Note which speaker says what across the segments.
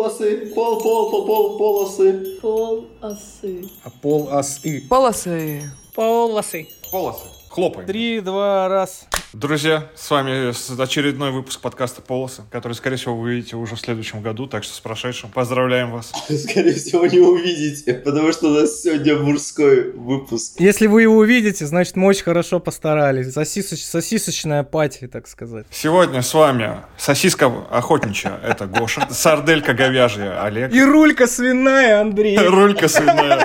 Speaker 1: Полосы, пол, пол, пол, пол, полосы.
Speaker 2: Полосы.
Speaker 3: А пол ас и.
Speaker 4: Полосы.
Speaker 5: Полосы.
Speaker 6: Полосы. Хлопаем.
Speaker 5: Три, два, раз.
Speaker 6: Друзья, с вами с- очередной выпуск подкаста «Полосы», который, скорее всего, вы увидите уже в следующем году, так что с прошедшим. Поздравляем вас.
Speaker 1: Скорее всего, не увидите, потому что у нас сегодня мужской выпуск.
Speaker 5: Если вы его увидите, значит, мы очень хорошо постарались. Сосисоч- Сосисочная пати, так сказать.
Speaker 6: Сегодня с вами сосиска охотничья, это Гоша, сарделька говяжья, Олег,
Speaker 5: И рулька свиная, Андрей.
Speaker 6: рулька свиная.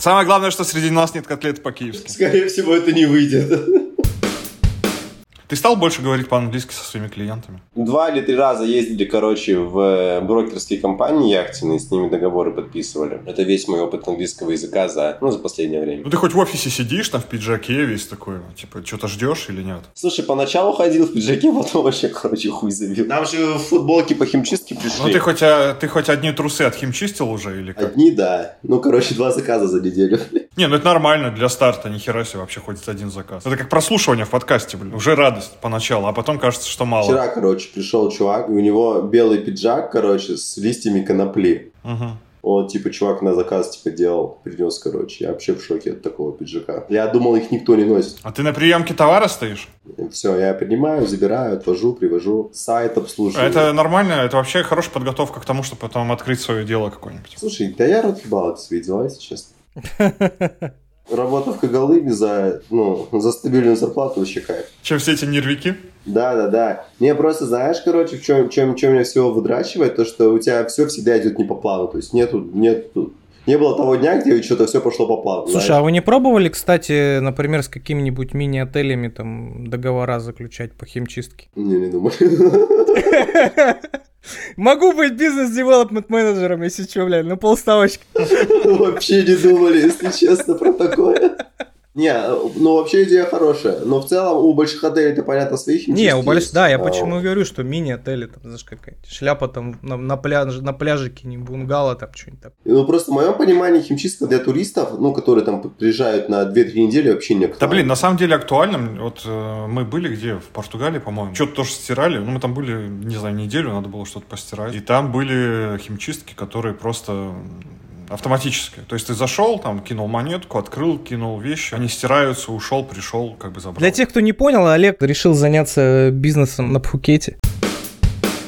Speaker 6: Самое главное, что среди нас нет котлет по-киевски.
Speaker 1: Скорее всего, это не выйдет.
Speaker 6: Ты стал больше говорить по-английски со своими клиентами?
Speaker 1: Два или три раза ездили, короче, в э, брокерские компании яхтенные, с ними договоры подписывали. Это весь мой опыт английского языка за, ну, за последнее время.
Speaker 6: Ну ты хоть в офисе сидишь, там в пиджаке весь такой, типа, что-то ждешь или нет?
Speaker 1: Слушай, поначалу ходил в пиджаке, потом вообще, короче, хуй забил. Нам же в футболке по химчистке пришли.
Speaker 6: Ну ты хоть, а, ты хоть одни трусы от химчистил уже или как?
Speaker 1: Одни, да. Ну, короче, два заказа за неделю.
Speaker 6: Не, ну это нормально для старта, нихера себе вообще хоть один заказ. Это как прослушивание в подкасте, блин. Уже радость поначалу, а потом кажется, что мало.
Speaker 1: Вчера, короче, пришел чувак, и у него белый пиджак, короче, с листьями конопли.
Speaker 6: Мгм.
Speaker 1: Он, типа, чувак на заказ, типа, делал, принес, короче. Я вообще в шоке от такого пиджака. Я думал, их никто не носит.
Speaker 6: А ты на приемке товара стоишь?
Speaker 1: Все, я принимаю, забираю, отвожу, привожу. Сайт
Speaker 6: А
Speaker 1: обслуживаю.
Speaker 6: Это нормально, это вообще хорошая подготовка к тому, чтобы потом открыть свое дело какое-нибудь.
Speaker 1: Слушай, да я рот ебал от своих дела, если честно. Работа в Когалыме за, ну, за стабильную зарплату вообще кайф.
Speaker 6: Чем все эти нервики?
Speaker 1: Да, да, да. Мне просто, знаешь, короче, в чем, чем, чем меня всего выдрачивает, то, что у тебя все всегда идет не по плану. То есть нету, нету, не было того дня, где что-то все пошло по плану.
Speaker 5: Слушай, а
Speaker 1: знаешь.
Speaker 5: вы не пробовали, кстати, например, с какими-нибудь мини-отелями там договора заключать по химчистке?
Speaker 1: Не, не думаю.
Speaker 5: Могу быть бизнес-девелопмент-менеджером, если что, блядь, на полставочки.
Speaker 1: Вообще не думали, если честно, про такое. Не, ну вообще идея хорошая. Но в целом у больших отелей это понятно своих
Speaker 5: Не,
Speaker 1: интересов
Speaker 5: у больш-
Speaker 1: есть.
Speaker 5: да, я
Speaker 1: А,
Speaker 5: почему и говорю, что мини-отели, там, знаешь, какая-то шляпа там на, на, пляж, на пляжике, не бунгало, там что-нибудь такое.
Speaker 1: Ну, просто в моем понимании химчистка для туристов, ну, которые там приезжают на 2-3 недели, вообще не
Speaker 6: Да
Speaker 1: актуальна.
Speaker 6: блин, на самом деле актуально. Вот э, мы были где? В Португалии, по-моему. Что-то тоже стирали. Ну, мы там были, не знаю, неделю, надо было что-то постирать. И там были химчистки, которые просто м, автоматические. То есть ты зашел, там, кинул монетку, открыл, кинул вещи. Они стираются, ушел, пришел, как бы забрал.
Speaker 5: Для тех, кто не понял, Олег решил заняться бизнесом на Пхукете.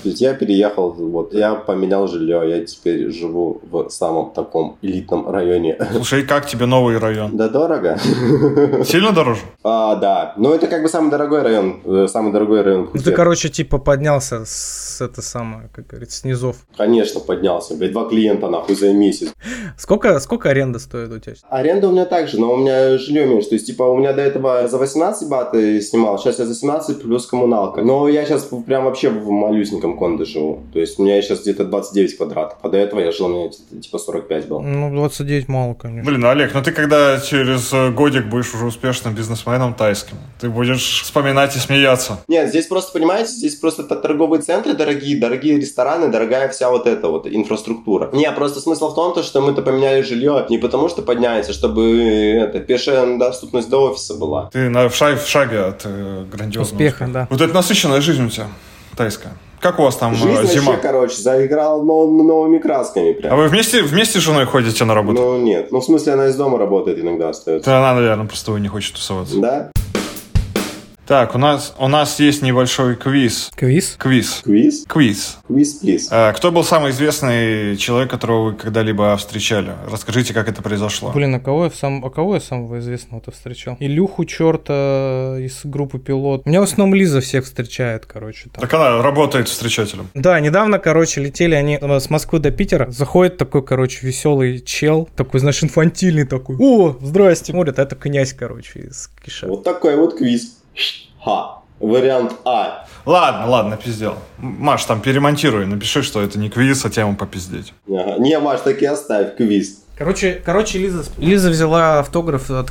Speaker 1: То есть я переехал, вот, я поменял жилье, я теперь живу в самом таком элитном районе.
Speaker 6: Слушай, и как тебе новый район?
Speaker 1: Да дорого?
Speaker 6: Сильно дороже?
Speaker 1: А, да. Ну, это как бы самый дорогой район, э, самый дорогой район
Speaker 5: Ну, ты,
Speaker 1: Пхукета.
Speaker 5: короче, типа поднялся с это самое, как говорится, снизов.
Speaker 1: Конечно, поднялся, блядь, два клиента, нахуй, за месяц.
Speaker 5: Сколько, сколько аренда стоит у тебя?
Speaker 1: Аренда у меня также, но у меня жилье меньше. То есть, типа, у меня до этого за 18 бат я снимал, сейчас я за 17 плюс коммуналка. Но я сейчас прям вообще в малюсеньком кондо живу. То есть, у меня сейчас где-то 29 квадратов, а до этого я жил, у меня где-то, типа 45 был.
Speaker 5: Ну, 29 мало, конечно.
Speaker 6: Блин, Олег, ну ты когда через э, годик будешь уже успешным бизнесменом тайским, ты будешь вспоминать и смеяться.
Speaker 1: Нет, здесь просто, понимаете, здесь просто т- торговые центры дорогие, дорогие рестораны, дорогая вся вот эта вот инфраструктура. Не, просто смысл в том, то, что мы-то поменяли жилье не потому, что подняется, чтобы э, это, пешая доступность до офиса была.
Speaker 6: Ты на, в, ша- в шаге от э, грандиозного
Speaker 5: Успеха, да.
Speaker 6: Вот это насыщенная жизнь у тебя тайская. Как у вас там э,
Speaker 1: Жизнь
Speaker 6: зима?
Speaker 1: вообще, короче, заиграл но- новыми красками
Speaker 6: А
Speaker 1: прям.
Speaker 6: вы вместе, вместе с женой ходите на работу?
Speaker 1: Ну нет, ну в смысле она из дома работает иногда остается.
Speaker 6: Да, она, наверное, просто вы не хочет тусоваться.
Speaker 1: Да?
Speaker 6: Так, у нас, у нас есть небольшой квиз.
Speaker 5: Квиз?
Speaker 6: Квиз.
Speaker 1: Квиз?
Speaker 6: Квиз.
Speaker 1: Квиз, плиз.
Speaker 6: А, кто был самый известный человек, которого вы когда-либо встречали? Расскажите, как это произошло.
Speaker 5: Блин, а кого я сам, а кого я самого известного-то встречал? Илюху черта из группы Пилот. Меня в основном Лиза всех встречает, короче. Там.
Speaker 6: Так она работает встречателем.
Speaker 5: Да, недавно, короче, летели они э, с Москвы до Питера. Заходит такой, короче, веселый чел, такой, знаешь, инфантильный такой. О, здрасте. Смотрит, а это князь, короче, из Киша.
Speaker 1: Вот такой вот квиз. Ха. Вариант А.
Speaker 6: Ладно, ладно, пиздел. М, Маш, там перемонтируй, напиши, что это не квиз, а тема попиздеть.
Speaker 1: Ага. Не, Маш, так и оставь квиз.
Speaker 5: Короче, короче, Лиза... Лиза взяла автограф от,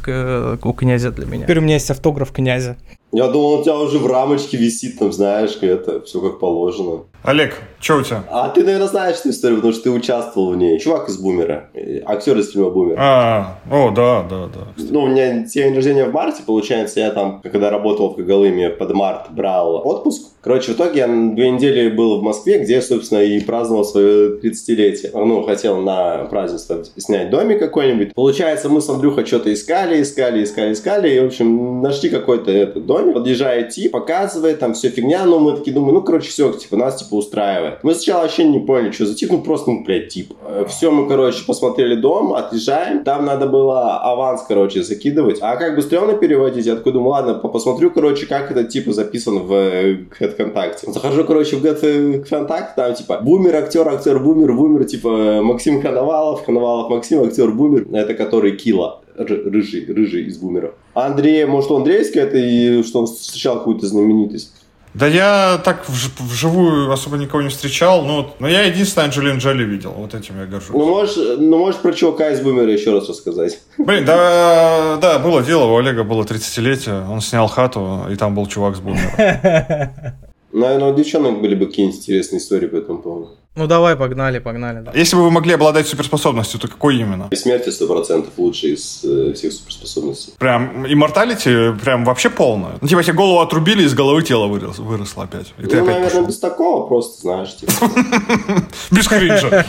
Speaker 5: у князя для меня. Теперь у меня есть автограф князя.
Speaker 1: Я думал, у тебя уже в рамочке висит, там, знаешь, это все как положено.
Speaker 6: Олег, что у тебя?
Speaker 1: А ты, наверное, знаешь эту историю, потому что ты участвовал в ней. Чувак из «Бумера», э, актер из фильма «Бумер».
Speaker 6: А, о, да, да, да.
Speaker 1: Ну, у меня день рождения в марте, получается, я там, когда работал в Когалыме, под март брал отпуск. Короче, в итоге я на две недели был в Москве, где, собственно, и праздновал свое 30-летие. Ну, хотел на празднество снять домик какой-нибудь. Получается, мы с Андрюхой что-то искали, искали, искали, искали, и, в общем, нашли какой-то этот домик. Подъезжает тип, показывает, там все фигня, но мы такие думаем, ну, короче, все, типа, нас, типа, устраивает. Мы сначала вообще не поняли, что за тип, ну, просто, ну, блядь, тип. Все, мы, короче, посмотрели дом, отъезжаем, там надо было аванс, короче, закидывать. А как бы стрёмно переводить, я такой думаю, ладно, по- посмотрю, короче, как это, типа, записан в э, ВКонтакте. Захожу, короче, в Get ВКонтакте, там, типа, бумер, актер, актер, бумер, бумер, типа, Максим Коновалов, Коновалов, Максим, актер, бумер, это который Кила, Ры- рыжий, рыжий из бумера. Андрей, может, он дрейский, это и что он встречал какую-то знаменитость.
Speaker 6: Да я так вж- вживую особо никого не встречал, но, вот- но я единственное Анджелин Джоли видел, вот этим я горжусь.
Speaker 1: Ну, можешь, ну, можешь про чувака из бумера еще раз рассказать.
Speaker 6: Блин, да, да, было дело, у Олега было 30-летие, он снял хату, и там был чувак с бумером.
Speaker 1: Наверное, у девчонок были бы какие-нибудь интересные истории по этому поводу.
Speaker 5: Ну давай, погнали, погнали. да.
Speaker 6: Если бы вы могли обладать суперспособностью, то какой именно?
Speaker 1: И смерти 100% лучший из э, всех суперспособностей.
Speaker 6: Прям имморталити, прям вообще полную. Ну, типа тебе голову отрубили, из головы тело вырос- выросло опять. И ты
Speaker 1: ну,
Speaker 6: опять
Speaker 1: наверное,
Speaker 6: пошел.
Speaker 1: без такого просто, знаешь, типа.
Speaker 6: Без кринжа.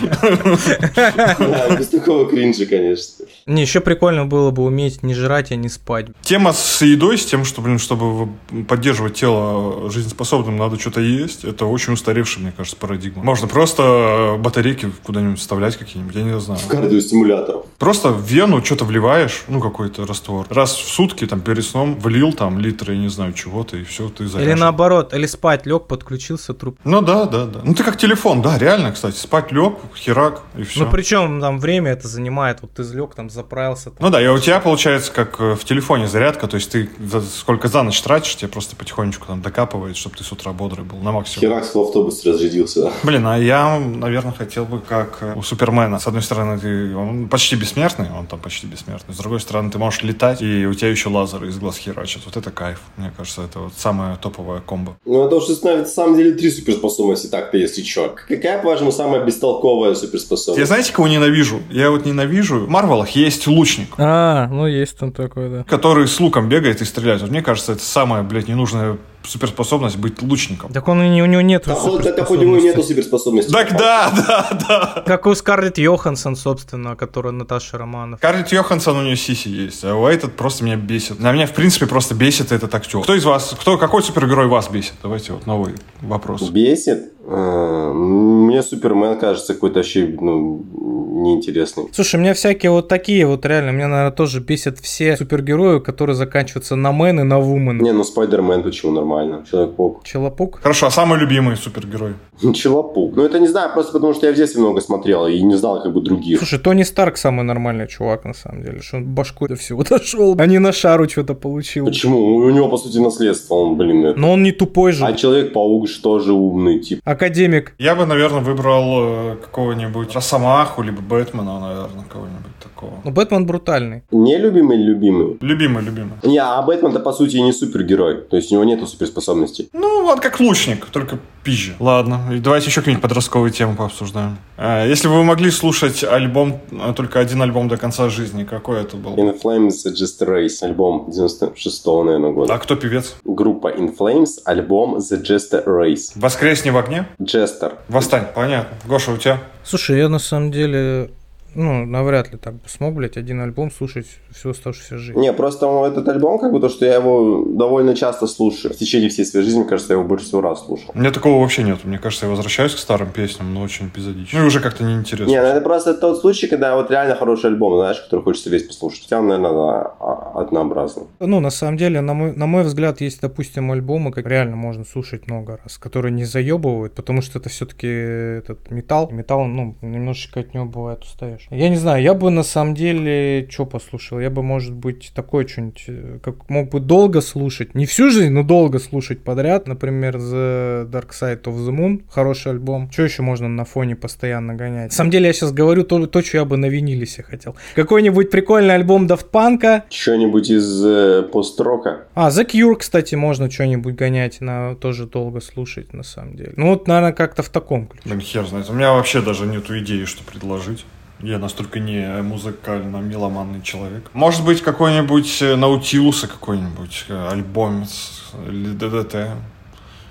Speaker 1: Да, без такого кринжа, конечно.
Speaker 5: Не, еще прикольно было бы уметь не жрать, а не спать.
Speaker 6: Тема с едой, с тем, что, блин, чтобы поддерживать тело жизнеспособным, надо что-то есть, это очень устаревшая, мне кажется, парадигма. Можно просто э, батарейки куда-нибудь вставлять какие-нибудь, я не знаю.
Speaker 1: В кардиостимуляторов.
Speaker 6: Просто в вену что-то вливаешь, ну, какой-то раствор. Раз в сутки, там, перед сном влил, там, литры, я не знаю, чего-то, и все, ты
Speaker 5: Или
Speaker 6: заряжен.
Speaker 5: наоборот, или спать лег, подключился труп.
Speaker 6: Ну, да, да, да. Ну, ты как телефон, да, реально, кстати. Спать лег, херак, и все.
Speaker 5: Ну причем там время это занимает, вот ты лег, там заправился.
Speaker 6: Ну да, и у тебя получается как э, в телефоне зарядка, то есть ты за- сколько за ночь тратишь, тебе просто потихонечку там докапывает, чтобы ты с утра бодрый был на максимум.
Speaker 1: Херак в автобусе разрядился.
Speaker 6: Блин, а я, наверное, хотел бы как э, у Супермена. С одной стороны, ты, он почти бессмертный, он там почти бессмертный. С другой стороны, ты можешь летать, и у тебя еще лазеры из глаз херачат. Вот это кайф. Мне кажется, это вот самая топовая комбо.
Speaker 1: Ну, это уже становится, на самом деле, три суперспособности так-то, если чё. Какая, по-вашему, самая бестолковая
Speaker 6: Я
Speaker 1: суперспособность?
Speaker 6: знаете, кого ненавижу? Я вот ненавижу. В Марвелах есть лучник.
Speaker 5: А, ну есть там такое, да.
Speaker 6: который с луком бегает и стреляет. Вот мне кажется, это самая, блядь, ненужная суперспособность быть лучником.
Speaker 5: Так он и не- у него нет.
Speaker 1: Да хоть- да хоть у него нету суперспособности.
Speaker 6: Так да, да, да.
Speaker 5: Как у Скарлетт Йоханссон, собственно, которая Наташа Романов.
Speaker 6: Скарлетт Йоханссон, у нее сиси есть, а у этот просто меня бесит. На меня, в принципе, просто бесит этот актер. Кто из вас, кто, какой супергерой вас бесит? Давайте вот новый вопрос.
Speaker 1: Бесит? Э, Мне Супермен кажется какой-то вообще, ну, неинтересный.
Speaker 5: Слушай, меня всякие вот такие вот реально, меня, наверное, тоже бесят все супергерои, которые заканчиваются на мэн и на вумен.
Speaker 1: Не, ну, Спайдермен почему нормально? Человек-паук.
Speaker 5: Челопук?
Speaker 6: Хорошо, а самый любимый супергерой?
Speaker 1: Челопук. Ну, это не знаю, просто потому что я в детстве много смотрел и не знал как бы других.
Speaker 5: Слушай, Тони Старк самый нормальный чувак, на самом деле. Что он башкой до всего дошел, а не на шару что-то получил.
Speaker 1: Почему? У него, по сути, наследство, он, блин, это.
Speaker 5: Но он не тупой
Speaker 1: А
Speaker 5: же.
Speaker 1: Человек-паук же тоже умный, типа. тип.
Speaker 5: Академик.
Speaker 6: Я бы, наверное, выбрал э, какого-нибудь Росомаху, либо Бэтмена, наверное, кого-нибудь такого.
Speaker 5: Ну, Бэтмен брутальный.
Speaker 1: Нелюбимый или любимый?
Speaker 6: Любимый, любимый.
Speaker 1: Не, а Бэтмен-то, по сути, и не супергерой. То есть у него нету суперспособностей.
Speaker 6: Ну, вот как лучник, только пизже. Ладно, и давайте еще какие-нибудь подростковые темы пообсуждаем. А, если бы вы могли слушать альбом, а, только один альбом до конца жизни, какой это был?
Speaker 1: In Flames Just Race. Альбом 96-го, наверное, года.
Speaker 6: А кто певец?
Speaker 1: Группа In Flames. Альбом The Jester Race.
Speaker 6: Воскресни в огне?
Speaker 1: Jester.
Speaker 6: Восстань, понятно. Гоша, у тебя?
Speaker 5: Слушай, я на самом деле, ну, навряд ли так бы смог, блядь, один альбом слушать всю оставшуюся жизнь.
Speaker 1: Не, просто он- этот альбом, как бы то, что я его довольно часто слушаю. В течение всей своей жизни, мне кажется, я его больше всего раз слушал.
Speaker 6: У меня такого вообще нет. Мне кажется, я возвращаюсь к старым песням, но очень эпизодично. Ну и уже как-то неинтересно.
Speaker 1: Не, ну это просто тот случай, когда вот реально хороший альбом, знаешь, который хочется весь послушать. Хотя он, наверное, однообразный.
Speaker 5: Ну, на самом деле, на мой, на мой взгляд, есть, допустим, альбомы, как реально можно слушать много раз, которые не заебывают, потому что это все-таки этот металл. Металл, ну, немножечко от него бывает устаешь. Я не знаю, я бы на самом деле что послушал? Я бы, может быть, такое что-нибудь, э, как мог бы долго слушать, не всю жизнь, но долго слушать подряд. Например, The Dark Side of the Moon, хороший альбом. Что еще можно на фоне постоянно гонять? На самом деле, я сейчас говорю то, то что я бы на виниле себе хотел. Какой-нибудь прикольный альбом Daft Punk,
Speaker 1: Что-нибудь что-нибудь из э, построка.
Speaker 5: А, The Cure, кстати, можно что-нибудь гонять, на тоже долго слушать, на самом деле. Ну, вот, наверное, как-то в таком ключе.
Speaker 6: Блин, хер знает. У меня вообще даже нету идеи, что предложить. Я настолько не музыкально меломанный человек. Может быть, какой-нибудь э, Наутилуса какой-нибудь, э, альбомец или ДДТ.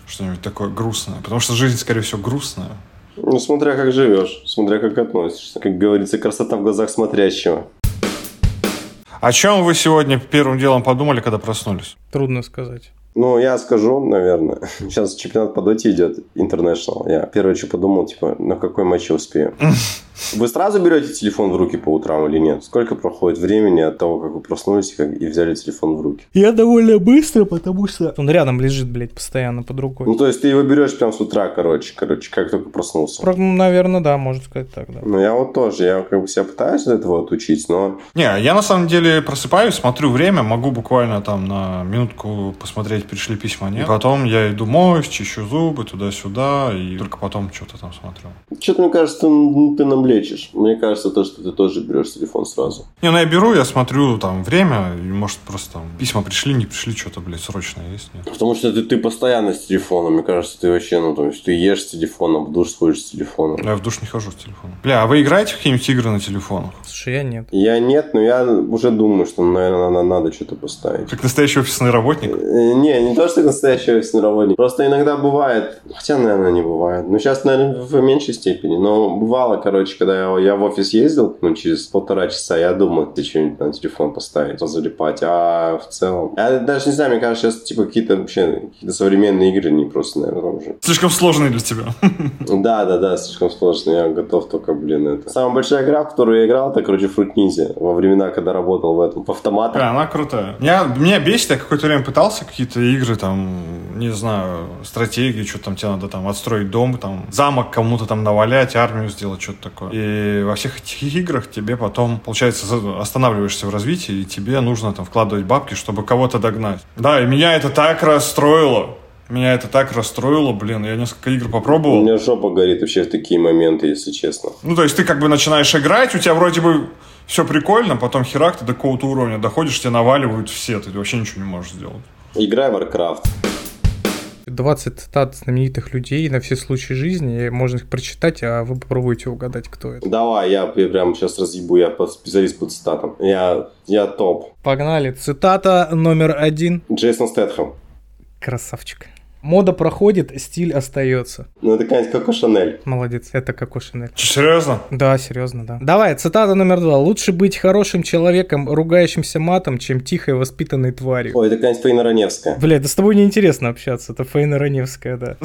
Speaker 6: Что-нибудь такое грустное. Потому что жизнь, скорее всего, грустная.
Speaker 1: Ну, смотря как живешь, смотря как относишься. Как говорится, красота в глазах смотрящего.
Speaker 6: О чем вы сегодня первым делом подумали, когда проснулись?
Speaker 5: Трудно сказать.
Speaker 1: Ну, я скажу, наверное. Сейчас чемпионат по доте идет, International. Я первое, что подумал, типа, на какой матч я успею. Вы сразу берете телефон в руки по утрам или нет? Сколько проходит времени от того, как вы проснулись и, как- и взяли телефон в руки?
Speaker 5: Я довольно быстро, потому что... Он рядом лежит, блядь, постоянно под рукой.
Speaker 1: Ну, то есть ты его берешь прям с утра, короче, короче, как только проснулся.
Speaker 5: Наверное, да, можно сказать так, да.
Speaker 1: Ну, я вот тоже, я как бы себя пытаюсь от этого отучить, но
Speaker 6: Не, я на самом деле просыпаюсь, смотрю время, могу буквально там на минутку посмотреть, пришли письма, нет. И потом я иду моюсь, чищу зубы туда-сюда, и только потом что-то там смотрю.
Speaker 1: что-то, мне кажется, ну, ты нам лечишь. Мне кажется, то, что ты тоже берешь телефон сразу.
Speaker 6: Не, ну я беру, я смотрю там время, и может просто там письма пришли, не пришли, что-то, блядь, срочно есть, нет.
Speaker 1: Потому что ты, ты постоянно с телефоном, мне кажется, ты вообще, ну, то есть ты ешь с телефоном, в душ сходишь с телефоном.
Speaker 6: Я в душ не хожу с телефоном. Бля, а вы играете в какие-нибудь игры на телефонах?
Speaker 5: Слушай, я нет.
Speaker 1: Я нет, но я уже думаю, что, наверное, надо, надо что-то поставить.
Speaker 6: Как настоящий офисный работник?
Speaker 1: Э, Не, не то, что настоящий офисный работник. Просто иногда бывает, хотя, наверное, не бывает. Ну, сейчас, наверное, в меньшей степени. Но бывало, короче, когда я, я в офис ездил, ну, через полтора часа, я думал, ты что-нибудь на телефон поставить, залипать. А в целом... Я даже не знаю, мне кажется, сейчас, типа, какие-то вообще какие-то современные игры, не просто, наверное, там уже
Speaker 6: Слишком сложный для тебя.
Speaker 1: Да, да, да, слишком сложно. Я готов только, блин, это. Самая большая игра, в которую я играл, это, короче, Fruit Ninja. Во времена, когда работал в этом, в автоматах.
Speaker 6: Бля, она крутая. Меня, меня бесит, я какое-то время пытался какие-то игры, там, не знаю, стратегии, что там тебе надо там отстроить дом, там, замок кому-то там навалять, армию сделать, что-то такое. И во всех этих играх тебе потом, получается, за- останавливаешься в развитии, и тебе нужно там вкладывать бабки, чтобы кого-то догнать. Да, и меня это так расстроило. Меня это так расстроило, блин. Я несколько игр
Speaker 1: У
Speaker 6: попробовал.
Speaker 1: меня жопа горит вообще в такие моменты, если честно.
Speaker 6: Ну, то есть ты как бы начинаешь играть, у тебя вроде бы все прикольно, потом херак, ты до какого-то уровня доходишь, тебя наваливают все, ты вообще ничего не можешь сделать.
Speaker 1: Играй в Warcraft.
Speaker 5: 20 цитат знаменитых людей на все случаи жизни, и можно их прочитать, а вы попробуйте угадать, кто это.
Speaker 1: Давай, я, я прям сейчас разъебу, я по- специалист по цитатам. Я, я топ.
Speaker 5: Погнали. Цитата номер один.
Speaker 1: Джейсон Стэтхэм.
Speaker 5: Красавчик. Мода проходит, стиль остается.
Speaker 1: Ну, это какая-нибудь Коко Шанель.
Speaker 5: Молодец, это Коко Шинель.
Speaker 6: Че, серьезно?
Speaker 5: Да, серьезно, да. Давай, цитата номер два. Лучше быть хорошим человеком, ругающимся матом, чем тихой воспитанной тварью.
Speaker 1: Ой, это какая-нибудь Фаина Раневская.
Speaker 5: Блядь, да с тобой неинтересно общаться, это Фейна Раневская, да.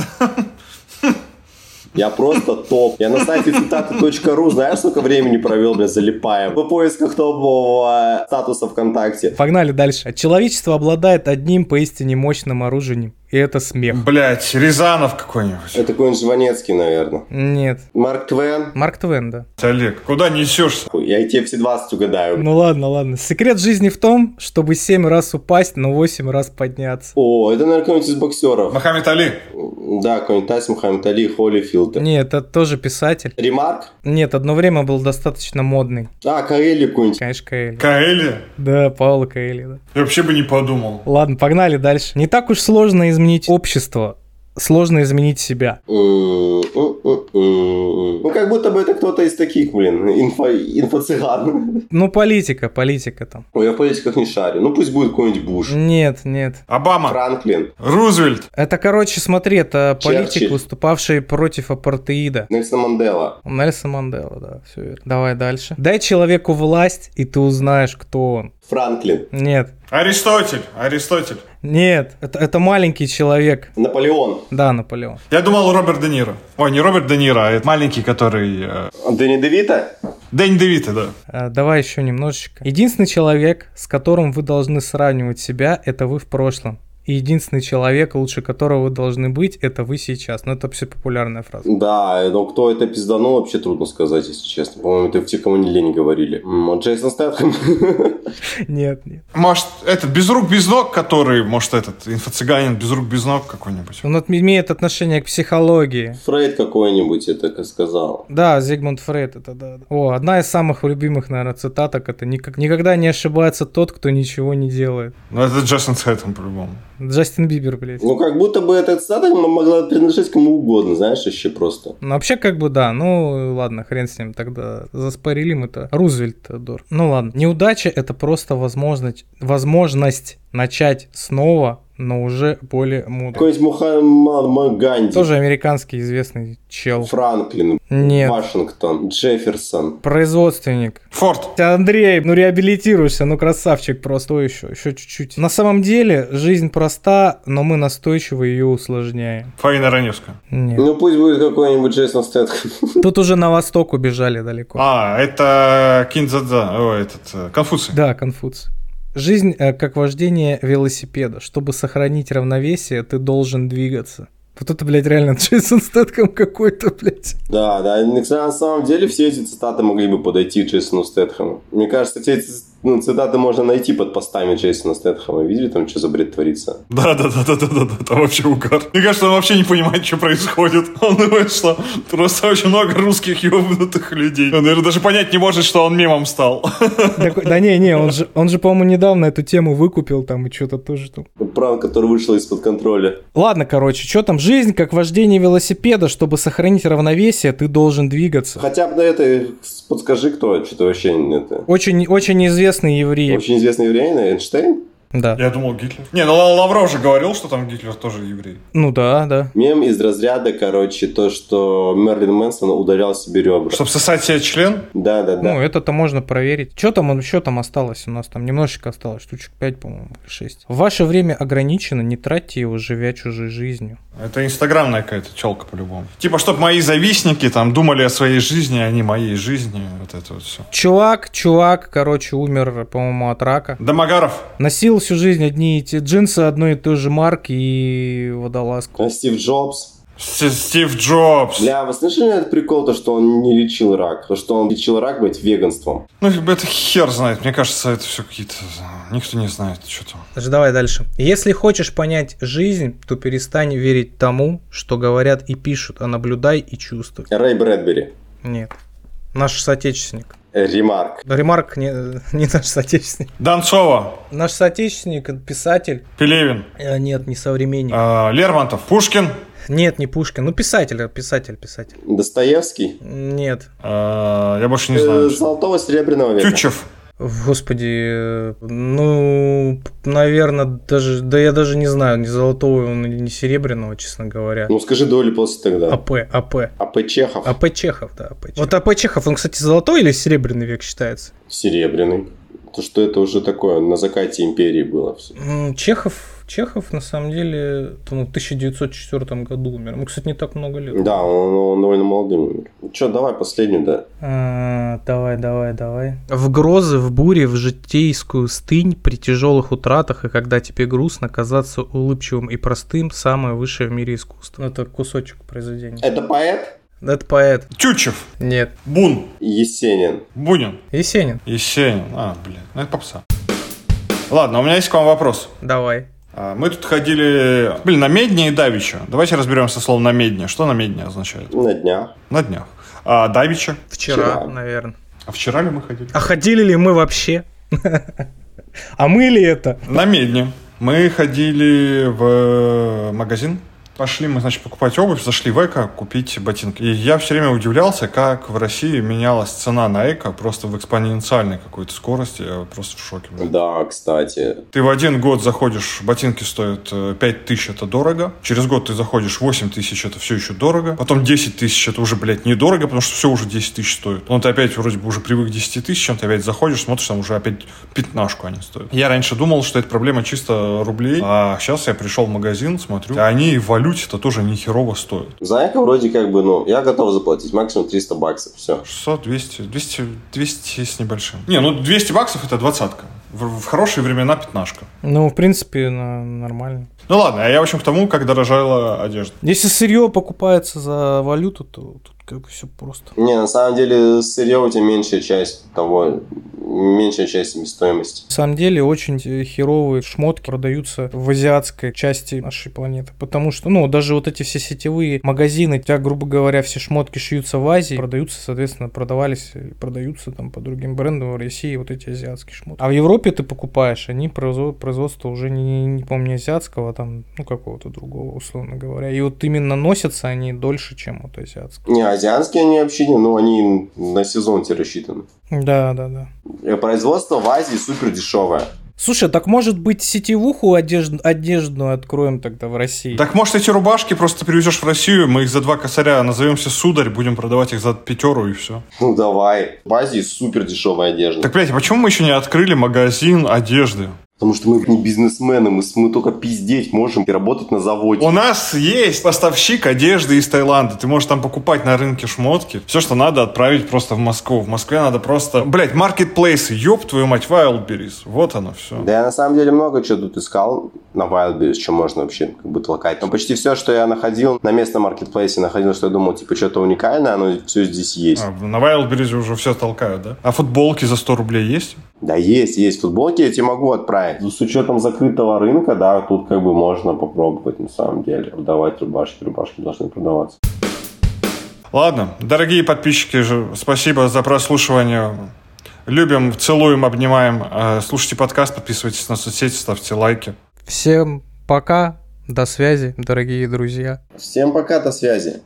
Speaker 1: Я просто топ. Я на сайте цитаты.ру, знаешь, сколько времени провел, бля, залипая. В поисках топового статуса ВКонтакте.
Speaker 5: Погнали дальше. Человечество обладает одним поистине мощным оружием, и это смех.
Speaker 6: Блять, Рязанов какой-нибудь.
Speaker 1: Это какой-нибудь Жванецкий, наверное.
Speaker 5: Нет.
Speaker 1: Марк Твен.
Speaker 5: Марк Твен, да.
Speaker 6: Олег, куда несешься?
Speaker 1: Хуй, Я и тебе все 20 угадаю.
Speaker 5: Ну ладно, ладно. Секрет жизни в том, чтобы семь раз упасть, но восемь раз подняться.
Speaker 1: О, это, наверное, какой-нибудь из боксеров.
Speaker 6: Мохаммед Али.
Speaker 1: Да, какой-нибудь Тайс Мухаммед Али, Холлифилд.
Speaker 5: Нет, это тоже писатель.
Speaker 1: Ремарк?
Speaker 5: Нет, одно время был достаточно модный.
Speaker 1: А, Каэли какой-нибудь.
Speaker 5: Конечно, Каэли.
Speaker 6: Каэли?
Speaker 5: Да, Паула Каэли, да.
Speaker 6: Я вообще бы не подумал.
Speaker 5: Ладно, погнали дальше. Не так уж сложно изменить общество, сложно изменить себя.
Speaker 1: М, м, м, м. Ну, как будто бы это кто-то из таких, блин, инфо, инфо-цыган.
Speaker 5: Ну, политика, политика там.
Speaker 1: Ой, я в политиках не шарю. Ну, пусть будет какой-нибудь Буш.
Speaker 5: Нет, нет.
Speaker 6: Обама.
Speaker 1: Франклин.
Speaker 6: Рузвельт.
Speaker 5: Это, короче, смотри, это политик,
Speaker 1: Черчилль.
Speaker 5: выступавший против апартеида.
Speaker 1: Нельсон Мандела.
Speaker 5: Нельсон Мандела, да, все верно. Давай дальше. Дай человеку власть, и ты узнаешь, кто он.
Speaker 1: Франклин.
Speaker 5: Нет,
Speaker 6: Аристотель. Аристотель.
Speaker 5: нет, это, это маленький человек.
Speaker 1: Наполеон.
Speaker 5: Да, Наполеон.
Speaker 6: Я думал Роберт Де Ниро. Ой, не Роберт Де Ниро, а это маленький, который... э,
Speaker 1: Дэнни Девита?
Speaker 6: Дэнни Девита, да.
Speaker 5: А, давай еще немножечко. Единственный человек, с которым вы должны сравнивать себя, это вы в прошлом. и единственный человек, лучше которого вы должны быть, это вы сейчас. Ну, это вообще популярная фраза.
Speaker 1: Да, но кто это пизданул, вообще трудно сказать, если честно. По-моему, это те, кому не лень говорили. М, Вот Джейсон Стэтхэм.
Speaker 5: Нет, нет.
Speaker 6: Может, этот без рук, без ног, который, может, этот инфо-цыганин без рук, без ног какой-нибудь.
Speaker 5: Он от- имеет отношение к психологии.
Speaker 1: Фрейд какой-нибудь это как сказал.
Speaker 5: Да, Зигмунд Фрейд, это да, да. О, одна из самых любимых, наверное, цитаток, это «Никак- «Никогда не ошибается тот, кто ничего не делает».
Speaker 6: Ну, это Джастин Стэттем по-любому.
Speaker 5: Джастин Бибер, блядь.
Speaker 1: Ну, как будто бы эта цитата могла принадлежать кому угодно, знаешь, еще просто.
Speaker 5: Ну, вообще, как бы, да, ну, ладно, хрен с ним, тогда заспорили мы-то. Рузвельт, Дор. Ну, ладно. Неудача — это просто возможность, возможность начать снова, но уже более мудро.
Speaker 1: Какой-нибудь Мухаммад Ганди,
Speaker 5: Тоже американский известный чел.
Speaker 1: Франклин,
Speaker 5: Нет.
Speaker 1: Вашингтон, Джефферсон.
Speaker 5: Производственник.
Speaker 6: Форд.
Speaker 5: Андрей, ну реабилитируешься, ну красавчик просто. Что еще? Еще чуть-чуть. На самом деле, жизнь проста, но мы настойчиво ее усложняем.
Speaker 6: Фаина Раневская.
Speaker 5: Нет.
Speaker 1: Ну, пусть будет какой-нибудь Джейсон Стэтхэм.
Speaker 5: Тут уже на восток убежали далеко.
Speaker 6: А, это Кинзадза, о, этот, э, Конфуций.
Speaker 5: Да, Конфуций. Жизнь э, как вождение велосипеда. Чтобы сохранить равновесие, ты должен двигаться. Вот это, блядь, реально Джейсон Стэтком какой-то, блядь.
Speaker 1: Да, да, на на самом деле все эти цитаты могли бы подойти Джейсону Стэтхэму. Мне кажется, все эти ну, цитаты можно найти под постами Джейсона Стэтхэма. Видели там, что за бред творится?
Speaker 6: Да, да, да, да, да, да, да, там вообще угар. Мне кажется, он вообще не понимает, что происходит. Он думает, что просто очень много русских ебнутых людей. Он, наверное, даже понять не может, что он мемом стал.
Speaker 5: Такой- да не, не, он же, он же, по-моему, недавно эту тему выкупил там и что-то тоже там.
Speaker 1: Пранк, который вышел из-под контроля.
Speaker 5: Ладно, короче, что там? Жизнь как вождение велосипеда. Чтобы сохранить равновесие, ты должен двигаться.
Speaker 1: Хотя бы на это подскажи, кто это, что-то вообще не это.
Speaker 5: Очень, очень известный еврей.
Speaker 1: Очень известный еврей, наверное, Эйнштейн.
Speaker 5: Да.
Speaker 6: Я думал, Гитлер. Не, ну Ла- Лавров же говорил, что там Гитлер тоже еврей.
Speaker 5: Ну да, да.
Speaker 1: Мем из разряда, короче, то, что Мерлин Мэнсон ударял себе ребра.
Speaker 6: Чтобы сосать себе член,
Speaker 1: Да, да, да.
Speaker 5: Ну, это-то можно проверить. Что там еще там осталось у нас? Там немножечко осталось, штучек 5, по-моему, или 6. Ваше время ограничено, не тратьте его, живя чужой жизнью.
Speaker 6: это инстаграмная какая-то челка по-любому. Типа, чтобы мои завистники там думали о своей жизни, а не моей жизни. Вот это вот все.
Speaker 5: Чувак, чувак, короче, умер, по-моему, от рака.
Speaker 6: Домогаров.
Speaker 5: Носил всю жизнь одни и те джинсы одной и той же марки и водолазку.
Speaker 1: А Стив Джобс.
Speaker 6: С- Стив Джобс.
Speaker 1: Бля, вы слышали этот прикол, то, что он не лечил рак? То, что он лечил рак, блядь, веганством.
Speaker 6: Ну, как бы это хер знает. Мне кажется, это все какие-то... а, Никто не знает, что там.
Speaker 5: Даже давай дальше. Если хочешь понять жизнь, то перестань верить тому, что говорят и пишут, а наблюдай и чувствуй.
Speaker 1: Рэй Брэдбери.
Speaker 5: Нет. Наш соотечественник.
Speaker 1: Э, Ремарк.
Speaker 5: Ремарк не, не наш соотечественник.
Speaker 6: Донцова.
Speaker 5: Наш соотечественник, писатель,
Speaker 6: Пелевин.
Speaker 5: Э, Нет, не современник.
Speaker 6: А, Лермонтов, Пушкин,
Speaker 5: Нет, не Пушкин. Ну, писатель, писатель, писатель.
Speaker 1: Достоевский?
Speaker 5: Нет.
Speaker 6: а, я больше не
Speaker 1: Э,
Speaker 6: знаю.
Speaker 1: Золотого серебряного века.
Speaker 6: Тютчев,
Speaker 5: Господи, э, ну, наверное, даже, да я даже не знаю, не золотого он или не серебряного, честно говоря. А
Speaker 1: Ну скажи до или после тогда. А
Speaker 5: АП, АП.
Speaker 1: АП Чехов.
Speaker 5: АП А Чехов, да, АП Чехов. Вот АП Чехов, он, кстати, золотой или серебряный век считается?
Speaker 1: Серебряный. То, что это уже такое, на закате империи было все.
Speaker 5: М, Чехов, Чехов, на самом деле, ну, в 1904 году умер. Ему, кстати, не так много лет.
Speaker 1: Да, он, он довольно молодым умер. Че, давай последний, да.
Speaker 5: А, Давай, давай, давай. В грозы, в буре, в житейскую стынь, при тяжелых утратах и когда тебе грустно, казаться улыбчивым и простым – самое высшее в мире искусство. Это кусочек произведения.
Speaker 1: Это поэт?
Speaker 5: Это поэт.
Speaker 6: Тютчев,
Speaker 5: Нет.
Speaker 6: Бун,
Speaker 1: Есенин.
Speaker 6: Бунин,
Speaker 5: Есенин.
Speaker 6: Есенин. А, блин, ну это попса. Ладно, у меня есть к вам вопрос.
Speaker 5: Давай.
Speaker 6: А, Мы тут ходили, блин, на медне и давича. Давайте разберемся со словом намедня. Что намедня означает?
Speaker 1: На днях.
Speaker 6: На днях. А, давича.
Speaker 5: Вчера,
Speaker 1: Вчера.
Speaker 5: наверное.
Speaker 6: А вчера ли мы ходили?
Speaker 5: А ходили ли мы вообще? А мы ли это?
Speaker 6: На медне. Мы ходили в э, магазин. Пошли мы, значит, покупать обувь, зашли в Эко купить ботинки. И я все время удивлялся, как в России менялась цена на Эко просто в экспоненциальной какой-то скорости. Я просто в шоке. был.
Speaker 1: Да, кстати.
Speaker 6: Ты в один год заходишь, ботинки стоят э, 5 тысяч, это дорого. Через год ты заходишь 8 тысяч, это все еще дорого. Потом 10 тысяч, это уже, блядь, недорого, потому что все уже 10 тысяч стоит. Но ты опять вроде бы уже привык к 10 тысячам, ты опять заходишь, смотришь, там уже опять пятнашку они стоят. Я раньше думал, что это проблема чисто рублей, а сейчас я пришел в магазин, смотрю, а они и в валюте-то тоже нихерово стоят.
Speaker 1: За эко вроде как бы, ну, я готов заплатить максимум 300 баксов, все.
Speaker 6: 600, 200, 200, 200 с небольшим. Не, ну 200 баксов это двадцатка. В, в хорошие времена пятнашка.
Speaker 5: Ну, в принципе, на- нормально.
Speaker 6: Ну ладно, а я, в общем, к тому, как дорожала одежда.
Speaker 5: Если сырье покупается за валюту, то тут как бы все просто.
Speaker 1: Не, на самом деле сырье у тебя меньшая часть того, меньшая часть себестоимости.
Speaker 5: На самом деле очень э, херовые шмотки продаются в азиатской части нашей планеты. Потому что, ну, даже вот эти все сетевые магазины, у тебя, грубо говоря, все шмотки шьются в Азии, продаются, соответственно, продавались, и продаются там по другим брендам в России вот эти азиатские шмотки. А в Европе ты покупаешь, они произво- производство уже не, не помню, не азиатского, а там, ну, какого-то другого, условно говоря. И вот именно носятся они дольше, чем вот азиатские.
Speaker 1: Не, азиатские они вообще не, ну они на сезон тебе рассчитаны.
Speaker 5: Да, да, да.
Speaker 1: Э, Производство в Азии супер дешевое.
Speaker 5: Слушай, так может быть сетевуху одежд... одеждную откроем тогда в России?
Speaker 6: Так может эти рубашки просто привезешь в Россию, мы их за два косаря назовемся сударь, будем продавать их за пятеру и все.
Speaker 1: Ну давай. В Азии супер дешевая одежда.
Speaker 6: Так, блядь, а почему мы еще не открыли магазин одежды?
Speaker 1: Потому что мы не бизнесмены, мы, с- мы только пиздеть можем и работать на заводе.
Speaker 6: У нас есть поставщик одежды из Таиланда. Ты можешь там покупать на рынке шмотки. Все, что надо, отправить просто в Москву. В Москве надо просто... Блять, маркетплейсы. Ёб твою мать, Wildberries. Вот оно все.
Speaker 1: Да я на самом деле много чего тут искал на Wildberries, что можно вообще как бы толкать. Но почти все, что я находил на местном маркетплейсе, находил, что я думал, типа, что-то уникальное, оно все здесь есть.
Speaker 6: А, на Wildberries уже все толкают, да? А футболки за 100 рублей есть?
Speaker 1: Да есть, есть футболки, я тебе могу отправить. Ну, С учетом закрытого рынка, да, тут как бы можно попробовать на самом деле. Продавать рубашки, рубашки должны продаваться.
Speaker 6: Ладно, дорогие подписчики, ж- спасибо за прослушивание. Любим, целуем, обнимаем. Э, Слушайте подкаст, подписывайтесь на соцсети, ставьте лайки.
Speaker 5: Всем пока, до связи, дорогие друзья.
Speaker 1: Всем пока, до связи.